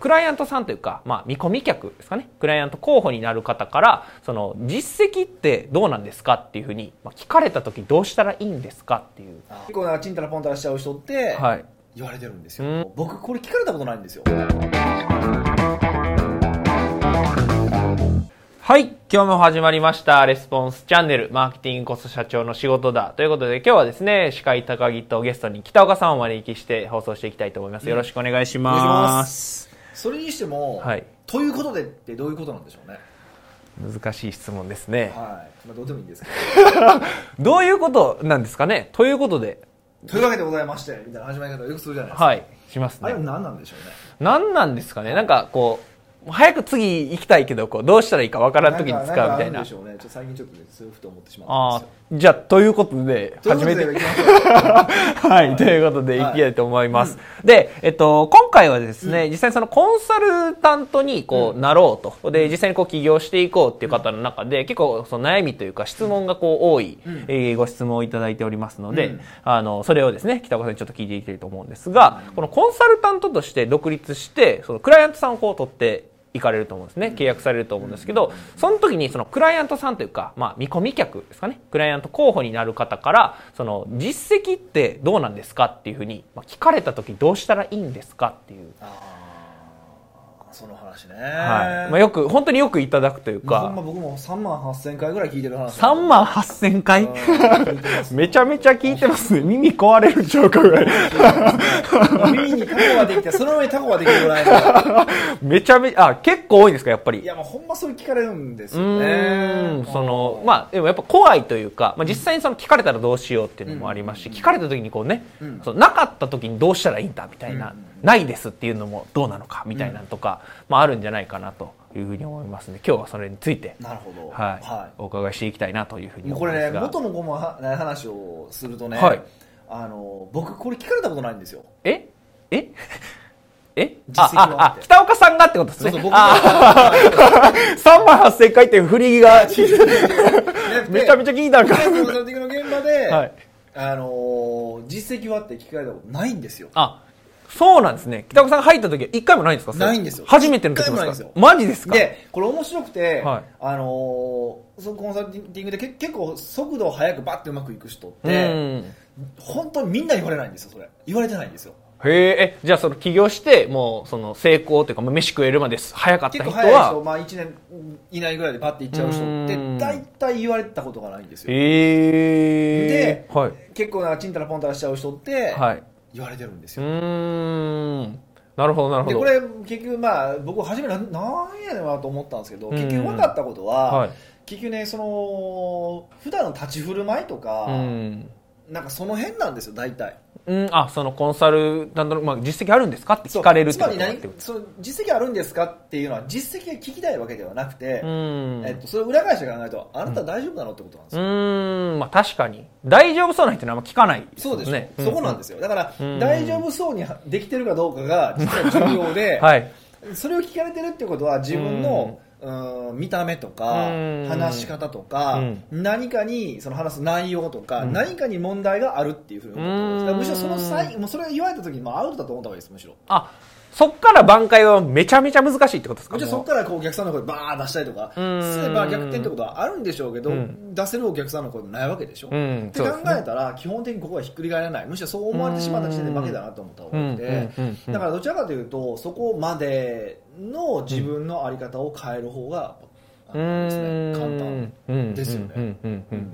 クライアントさんというか、まあ、見込み客ですかねクライアント候補になる方からその実績ってどうなんですかっていうふうに、まあ、聞かれた時どうしたらいいんですかっていう、結構なんかちんたらぽんたらしちゃう人って、はい、言われてるんですうよ僕これ聞かれたことないんですよはい。今日も始まりました。レスポンスチャンネル。マーケティングこそ社長の仕事だ。ということで、今日はですね、司会高木とゲストに北岡さんをお招きして放送していきたいと思います。よろしくお願いしお願いしま。ますそれにしても、はいということでってどういうことなんでしょうね難しい質問ですね。はいまあどうでもいいんですけどういうことなんですかねということで、どというわけでございましてみたいな始まり方をよくするじゃないですか、はい。しますあれはね。何なんでしょうね何なんですかねなんかこう、早く次行きたいけど、こう、どうしたらいいかわからん時に使うみたいんかんかあるんなでし。ょうねちょっと最近ちょっとねそういうふと思ってしまあっあたんでー、じゃあ、ということで、すよ始めとていうことで行きましょうはい、ということで、いき はいたいと思います。で、えっと、今回はですね、実際にそのコンサルタントにこう、なろうと。で、実際にこう、起業していこうっていう方の中で、結構、その悩みというか、質問がこう、多い、うんえーご質問をいただいておりますので、うんあの、それをですね、北岡さんにちょっと聞いていきたいと思うんですが、このコンサルタントとして独立して、その、クライアントさんをこう、取って、いかれると思うんですね契約されると思うんですけど、その時にそのクライアントさんというか、まあ、見込み客ですかねクライアント候補になる方からその実績ってどうなんですかっていうふうに、まあ、聞かれた時どうしたらいいんですかっていう、あーその話ね、はいまあ、よく本当によくいただくというほんまか僕も3万8000回ぐらい聞いてる話3万8000回めちゃめちゃ聞いてますね耳壊れるんちゃうかぐらい耳にタコができてその上にタコができるぐらいのめちゃめちゃあ結構多いんですかやっぱりいやもうほんまそれ聞かれるんですうよーねんそのまあでもやっぱ怖いというか、まあ、実際にその聞かれたらどうしようっていうのもありますし、聞かれた時にこうね、うんそのなかった時にどうしたらいいんだみたいな、うんないですっていうのもどうなのかみたいなのとか、まあ、あるんじゃないかなというふうに思いますので今日はそれについて、なるほどはいお伺いしていきたいなというふうにもう思いこますれねが元の子もはね話をするとね、はいあの僕これ聞かれたことないんですよえええ実あ績もああってあ北岡さんがってことですそねうそう僕あ3万8000回っていう振り が めちゃめちゃ聞いたんかコンサルティングの現場で、はいあの実績はって聞かれたことないんですよあ、そうなんですね。北岡さんが入った時は一回もないんですかそれないんですよ初めての時もです一か回マジですかでこれ面白くて、はいあのそのコンサルティングでけ結構速度を速くバッてうまくいく人っうん。てへ本当にみんな言われないんですよそれ言われてないんですよえ、えじゃあその起業して、もうその成功というか、もう飯食えるまで早かった結人構早いは人、、まあ、1年以内ぐらいでバッていっちゃう人ってうん大体言われたことがないんですよへえ。ではい。結構なんかちんたらぽんたらしちゃう人ってはい。言われてるんですうよ、ーん。なるほど、なるほでど。これ結局まあ僕初めななんやねんなと思ったんですけどうん結局分かったことは、はい。結局ねその普段の立ち振る舞いとか、うん。なんかその辺なんですよ大体うん、あ、そのコンサルタントの、まあ、実績あるんですかって聞かれるってつこまとりになって何くるその実績あるんですかっていうのは実績が聞きたいわけではなくて、うん。えっと、それを裏返して考えるとあなた大丈夫なのってことなんですうよ、ーん、まあ確かに。大丈夫そうな人にあんま聞かないですそもうんでね。。すね、そこなんですすよだから、うん大丈夫そうにはできてるかどうかが実は重要 で、はい。それを聞かれてるってことは自分の、うん見た目とか、うん話し方とか、うん何かにその話す内容とか、うん何かに問題があるっていうふうに思うんってますだからむしろその際もうそれを言われた時にもうアウトだと思った方がいいですむしろあそっから挽回はめちゃめちゃ難しいってことですかもちろんそこからこうお客さんの声バーッ出したりとかすうんれば逆転ってことはあるんでしょうけど、うん出せるお客さんの声もないわけでしょ、うっんて考えたら基本的にここはひっくり返らないむしろそう思われてしまった時点で負けだなと思った方がよくてうんうんうんうんだからどちらかというとそこまでの自分の在り方を変える方があのですね簡単単ですよね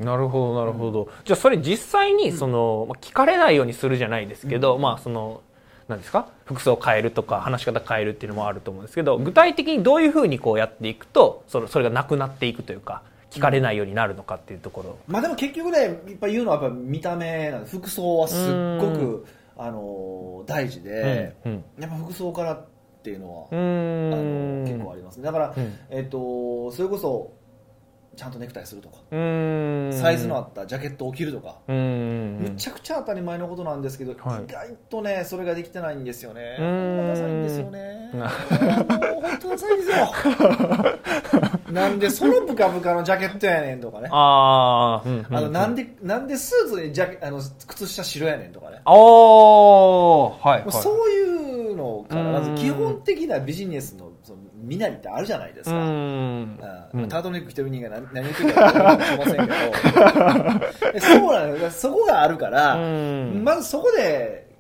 なるほどなるほど、じゃあそれ実際にその、まあ聞かれないようにするじゃないですけど、まあそのなんですか服装を変えるとか話し方変えるっていうのもあると思うんですけど具体的にどういうふうにこうやっていくとそれそれがなくなっていくというか聞かれないようになるのかっていうところ、まあでも結局ねいっぱい言うのはやっぱ見た目なんです服装はすっごくあの大事で、うんうんやっぱ服装からっていうのはうあーのん結構ありますねだから、うんえっとそれこそちゃんとネクタイするとか、うーんサイズのあったジャケットを着るとか、うーんむちゃくちゃ当たり前のことなんですけど、はい意外とねそれができてないんですよねうーんダサいんですよねなもう本当ダサいんですよ なんでそのブカブカのジャケットやねんとかねああ、うんあのうんなんでなんでスーツにジャケあの靴下白やねんとかねああ、はい、もうはい。そういうののから、まず基本的なビジネスのその身なりってあるじゃないですうか。んうんタートルネック着てる人間が何何言ってるか分かりません けどそうなんですそこがあるから、うんまずそこで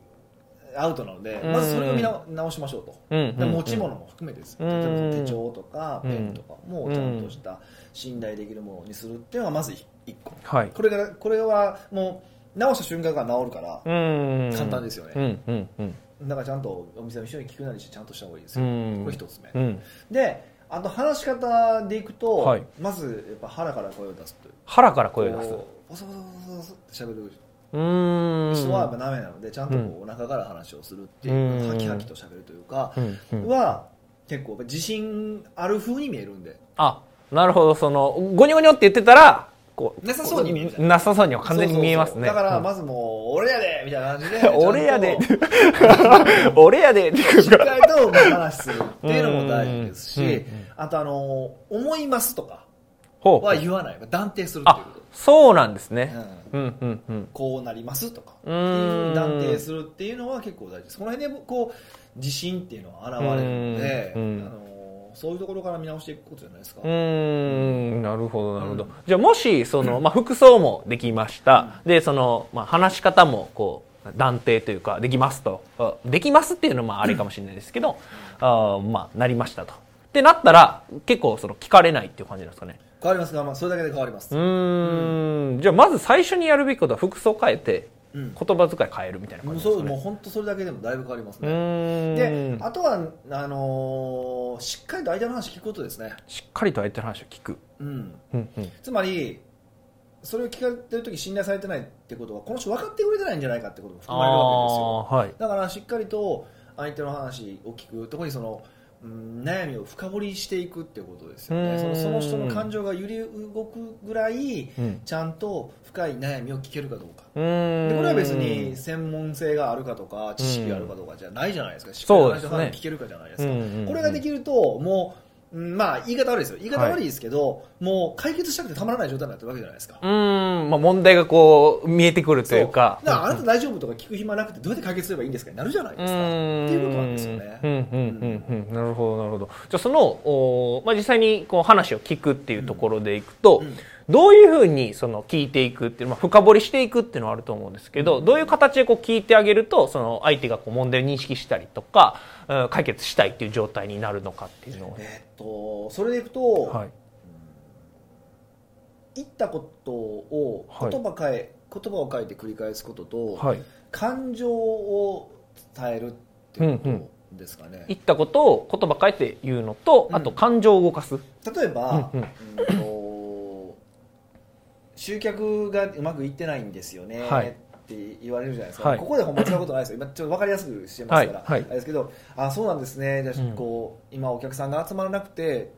アウトなので、うんまずそれを見な直しましょうと、うんで持ち物も含めてです、うん例えば手帳とかうんペンとかもちゃんとした信頼できるものにするっていうのがまず一個はい。これがこれはもう直した瞬間から治るからうん簡単ですよねうんうんうんだからちゃんとお店の人に聞くなりしてちゃんとした方がいいですうよ、んこれ一つ目、うん。であと話し方でいくと、はいまずやっぱ腹から声を出すという腹から声を出す。こうボソボソボソボソってしゃべるうーん。人はやっぱダメなのでちゃんとこうお腹から話をするっていううんかハキハキとしゃべるというかうんうんは結構やっぱ自信ある風に見えるんであ、なるほど、その、ゴニョゴニョって言ってたら、こう。なさそうに見えるじゃんなさそうには完全に見えますね。そうそうそうだからうんまずもう俺やでみたいな感 じで俺やでちゃんと 俺や でってしっかりと話するっていうのも大事ですうんうんうしんあとあの思いますとかほはう。言わない断定するっていうあこ、そうなんですと、うね。んうんうんうん。こうなりますとかってういーんう断定するっていうのは結構大事ですこの辺でこう自信っていうのは現れるので、うあんうんのそういうところから見直していくことじゃないですか、うーんなるほどなるほど、うんじゃあもしその、まあ、服装もできました、でその、まあ、話し方もこう断定というかできますとあできますっていうのもあれかもしれないですけど、あーまあ、なりましたとってなったら結構その聞かれないっていう感じなんですかね変わりますが、まあ、それだけで変わります、うーんじゃあまず最初にやるべきことは服装変えて、うん言葉遣い変えるみたいなも感うじなんそですかうもうね本当それだけでもだいぶ変わりますうね、ーんであとはあのーしっかりと相手の話聞くことですね、しっかりと相手の話を聞く、うん、うんうんつまりそれを聞かれてる時信頼されてないってことはこの人分かってくれてないんじゃないかってことも含まれるわけですよあーはいだからしっかりと相手の話を聞く特にその、うん、悩みを深掘りしていくっていうことですようねんそのその人の感情が揺り動くぐらい、うんちゃんと深い悩みを聞けるかどうかうーんでこれは別に専門性があるかとか知識があるかとかじゃないじゃないですかしっかりそうで話すねの話を聞けるかじゃないですかうんうんうんこれができるともう、うんまあ言い方悪いですよ言い方悪いですけど、もう解決したくてたまらない状態になってるわけじゃないですかうーん、まあ、問題がこう見えてくるというか。そうだからあなた大丈夫とか聞く暇なくてどうやって解決すればいいんですかになるじゃないですかっていうことなんですよねうんうんうんうん、なるほどなるほどじゃあその、おーまあ、実際にこう話を聞くっていうところでいくと、うんどういうふうにその聞いていくっていう、まあ、深掘りしていくっていうのはあると思うんですけどどういう形でこう聞いてあげるとその相手がこう問題を認識したりとか、うん解決したいっていう状態になるのかっていうのを、えーっとそれでいくと、はい、言ったことをはい言葉変え、言葉を変えて繰り返すことと、はい、感情を伝えるっていうことですかね、言ったことを言葉変えて言うのと、うんあと感情を動かす、例えば、ううんんうんと集客がうまくいってないんですよね、はいって言われるじゃないですか、はいここでほんま使うことないですよ今ちょっと分かりやすくしてますから、はいはいあれですけどあそうなんですねじゃあ、うんこう今お客さんが集まらなくて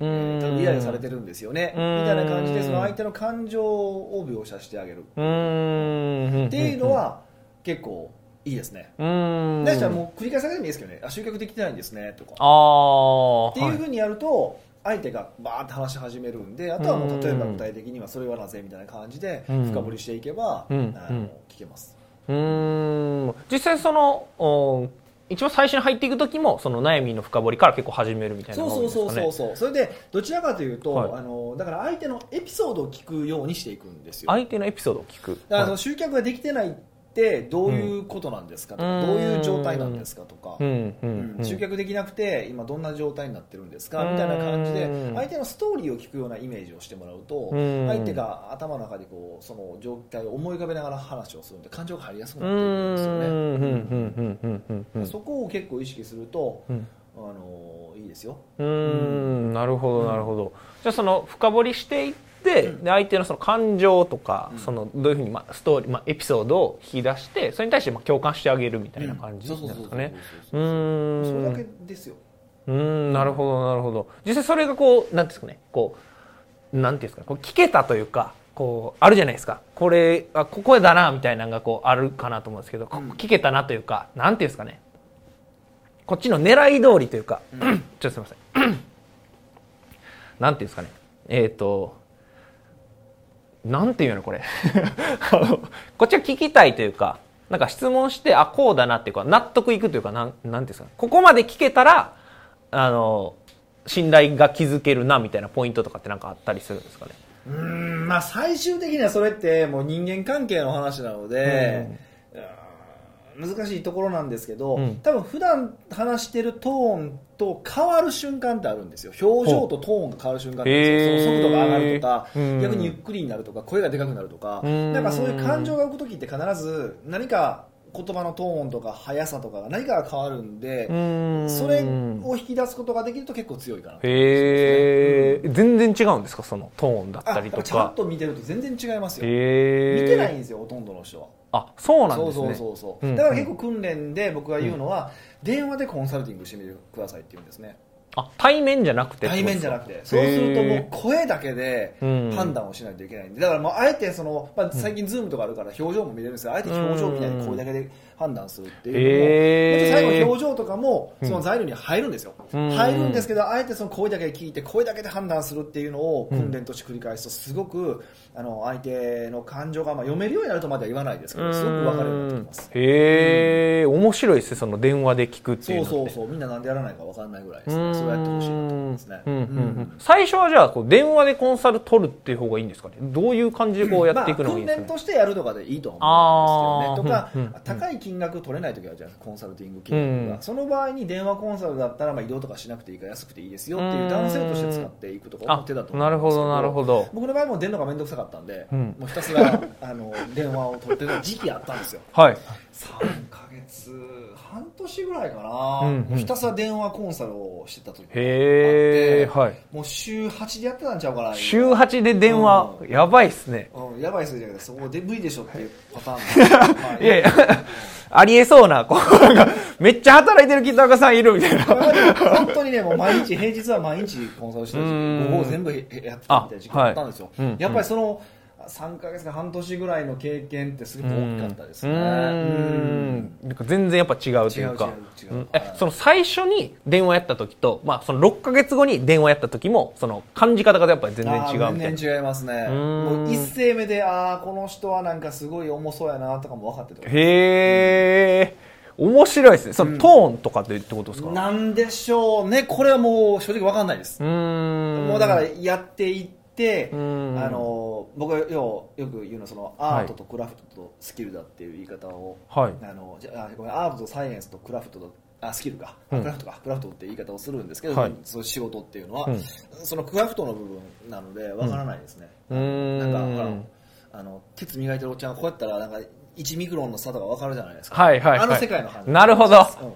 うえーーんイライラされてるんですよねうみんたいな感じでその相手の感情を描写してあげるうーんっていうのは結構いいですねうーん大体もう繰り返されてもいいですけどねあ集客できてないんですねとかああっていうふうにやると相手がバーって話し始めるんであとはもうんう例えば具体的にはそれはなぜみたいな感じでうん深掘りしていけばあうんのうん聞けますうーん実際そのお一番最初に入っていく時もその悩みの深掘りから結構始めるみたいなそうのが多いそんでうすかそねうそうそうそれでどちらかというはいとあのだから相手のエピソードを聞くようにしていくんですよ相手のエピソードを聞くだからそはのい集客ができてないってどういうことなんですかとか、うんどういう状態なんですかとか、うんううんんうん集客できなくて今どんな状態になってるんですかみたいな感じでうん相手のストーリーを聞くようなイメージをしてもらうとうん相手が頭の中でこうその状態を思い浮かべながら話をするんで感情が入りやすくうなってくるんですよねんうんうんうんうんうんうんそこを結構意識すると、うんあのいいですようーんなるほどなるほど、じゃあその深掘りしていって、で相手のその感情とか、そのどういうふうに、まあ、ストーリー、まあ、エピソードを引き出してそれに対してまあ共感してあげるみたいな感じなんですかねうんそうそうそうそううそうーんそれだけですようーんなるほどなるほど実際それがこうなんていうんですかねこうなんていうんですかこう聞けたというかこうあるじゃないですかこれあここだなみたいなのがこうあるかなと思うんですけど、こうん聞けたなというかなんていうんですかねこっちの狙い通りというか、ちょっとすみません なんていうんですかねえっ、と なんていうのこれあのこっちは聞きたいというかなんか質問して、あ、こうだなっていうか、納得いくというか、なん、なんていうんですか、ここまで聞けたら、あの、信頼が築けるな、みたいなポイントとかってなんかあったりするんですかね。うーんまあ最終的にはそれってもう人間関係の話なので、うーん難しいところなんですけど、うん多分普段話してるトーンと変わる瞬間ってあるんですよ表情とトーンが変わる瞬間ってあるんですよへーその速度が上がるとか、うん逆にゆっくりになるとか声がでかくなるとか、うんなんかそういう感情が浮く時って必ず何か言葉のトーンとか速さとかが何かが変わるんで、うんそれを引き出すことができると結構強いかなとへえ、全然違うんですかそのトーンだっあたやりっとぱちゃんか。と見てると全然違いますよ、へえ。見てないんですよほとんどの人はあ、そうなんそうですそね。うそうそう、うんだから結構訓練で僕が言うのは、電話でコンサルティングしてみてくださいって言うんですねあ、対面じゃなくて対面じゃなてくてそうするともう声だけでうん判断をしないといけないんでだからもうあえてその、まあ、最近ズームとかあるから表情も見れるんですけどあえて表情を見ないで声だけで判断するっていうのも、へーもちろん最後表情とかもその材料に入るんですよ、うん入るんですけどあえてその声だけ聞いて声だけで判断するっていうのを訓練として繰り返すとすごくあの相手の感情がまあ読めるようになるとまでは言わないですけどすごく分かるようになってきますへえ、面白いですね。その電話で聞くっていうそのうって。そうそうみんななんでやらないか分かんないぐらいですねそうやってほしいなと思いますねうんうんうんうん最初はじゃあこう電話でコンサル取るっていう方がいいんですかねどういう感じでこうやっていくのがいいんですかまね、あ、訓練としてやるとかでいいとは思うんですけどねあーとか、うんうん高い金額取れない時はじゃあコンサルティング金額が、うんその場合に電話コンサルだったらまあ移動とかしなくていいから安くていいですよっていう男性として使っていくとかあ手だと思なるほどなるどほど僕の場合もう出るのが面倒くさかったんで、うんもうひたすらあの電話を取ってた時期あったんですよはい3ヶ月半年ぐらいかな、うんうんもうひたすら電話コンサルをしてた時があってへえ、はい、もう週8でやってたんちゃうかな週8で電話、うやばいっすねうん、やばい数字だけど、そこで無理でしょっていうパターンまあ いやいやありえそうなこうなんかめっちゃ働いてる北岡さんいるみたいこれなまで本当にね、もう毎日、平日は毎日コンサルしてたうし、ん午後全部へへやってたみたいな時期あだったんですよ。はいうんやっぱりその3ヶ月か半年ぐらいの経験ってすごく大きかったですね。ううんんなんか全然やっぱ違うというか違う違う違うんえその最初に電話やった時と、まあ、その6ヶ月後に電話やった時もその感じ方がやっぱり全然違うみたあいーな全然違いますね。んもう一声目で、ああ、この人はなんかすごい重そうやなとかも分かってて。へえ、面白いですね。そのトーンとかでってことですか。うなんでしょうね。これはもう正直分かんないです。ーん。もうだからやっていって、うんあの僕がようよく言うのはそのアートとクラフトとスキルだっていう言い方を、はいあのじゃあごめんアートとサイエンスとクラフトとあスキルか、あうんクラフトかクラフトって言い方をするんですけど、はいその仕事っていうのは、うんそのクラフトの部分なのでわからないですね、うーんなんかほらあの鉄磨いてるおっちゃんがこうやったらなんか1ミクロンの差とかわかるじゃないですか、はいはいはいあの世界の話なるほどうん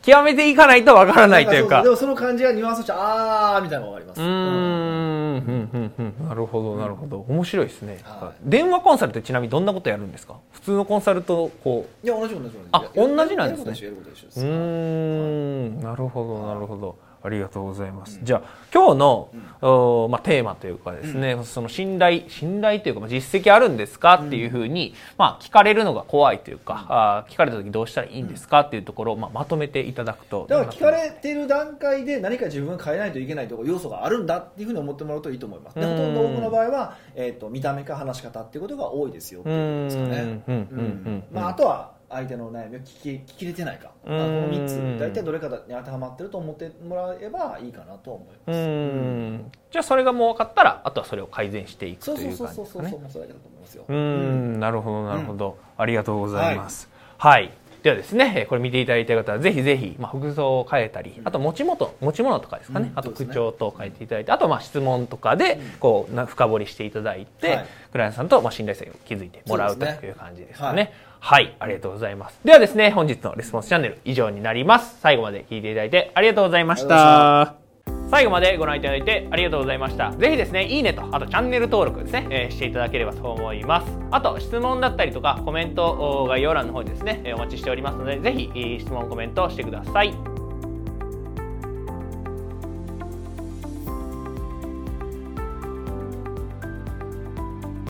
極めていかないとわからないというか。んうそうそうでもその感じがニュアンスとしてあーみたいなのが分かりますーん。うんうんうんなるほどなるほど面白いですね、は電話コンサルってちなみにどんなことやるんですか普通のコンサルとこういや、同じ同じ同じ。あいや同じなんですねやること一緒やること一緒うでーす。んなるほどなるほどありがとうございます、じゃあ今日の、おーまあ、テーマというかですね、その信頼信頼というかまあ実績あるんですかっていうふうに、まあ、聞かれるのが怖いというか、あー聞かれた時どうしたらいいんですかっていうところを、まあ、まとめていただくとだから聞かれてる段階で何か自分が変えないといけないところ要素があるんだっていうふうに思ってもらうといいと思います。でうんほとんど僕の場合は、えっ、と、見た目か話し方っていうことが多いですよってういーうんことですかね。うんううんうんんまあ、あとは相手の悩みを聞き聞き入れてないか、あうんのこの3つ、大体どれかに当てはまってると思ってもらえばいいかなと思いまうす。ーんじゃあそれがもう分かったらあとはそれを改善していくとそうそいううそう感じでそうすそかう、ねそうそうだけだと思いますよ。うーん、なるほど、なるほど、ありがとうございます。はい。ではですね、えーこれ見ていただいた方は、ぜひぜひ、まあ、服装を変えたり、あと持ち元、持ち物とかですかね、うんあとそうです口ね調と変えていただいて、あと、まあ、質問とかで、こう、な深掘りしていただいて、はいクライアントさんと、まあ、信頼性を築いてもらうそうとですねいう感じですかね。はい、ありがとうございます。ではですね、本日のレスポンスチャンネル以上になります。最後まで聞いていただいてありがとうございましありがとうございましたた。最後までご覧いただいてありがとうございました。ぜひですね、いいねと、あとチャンネル登録ですね、えーしていただければと思います。あと、質問だったりとか、コメントお概要欄の方にですね、えーお待ちしておりますので、ぜひ、えー質問、コメントしてください。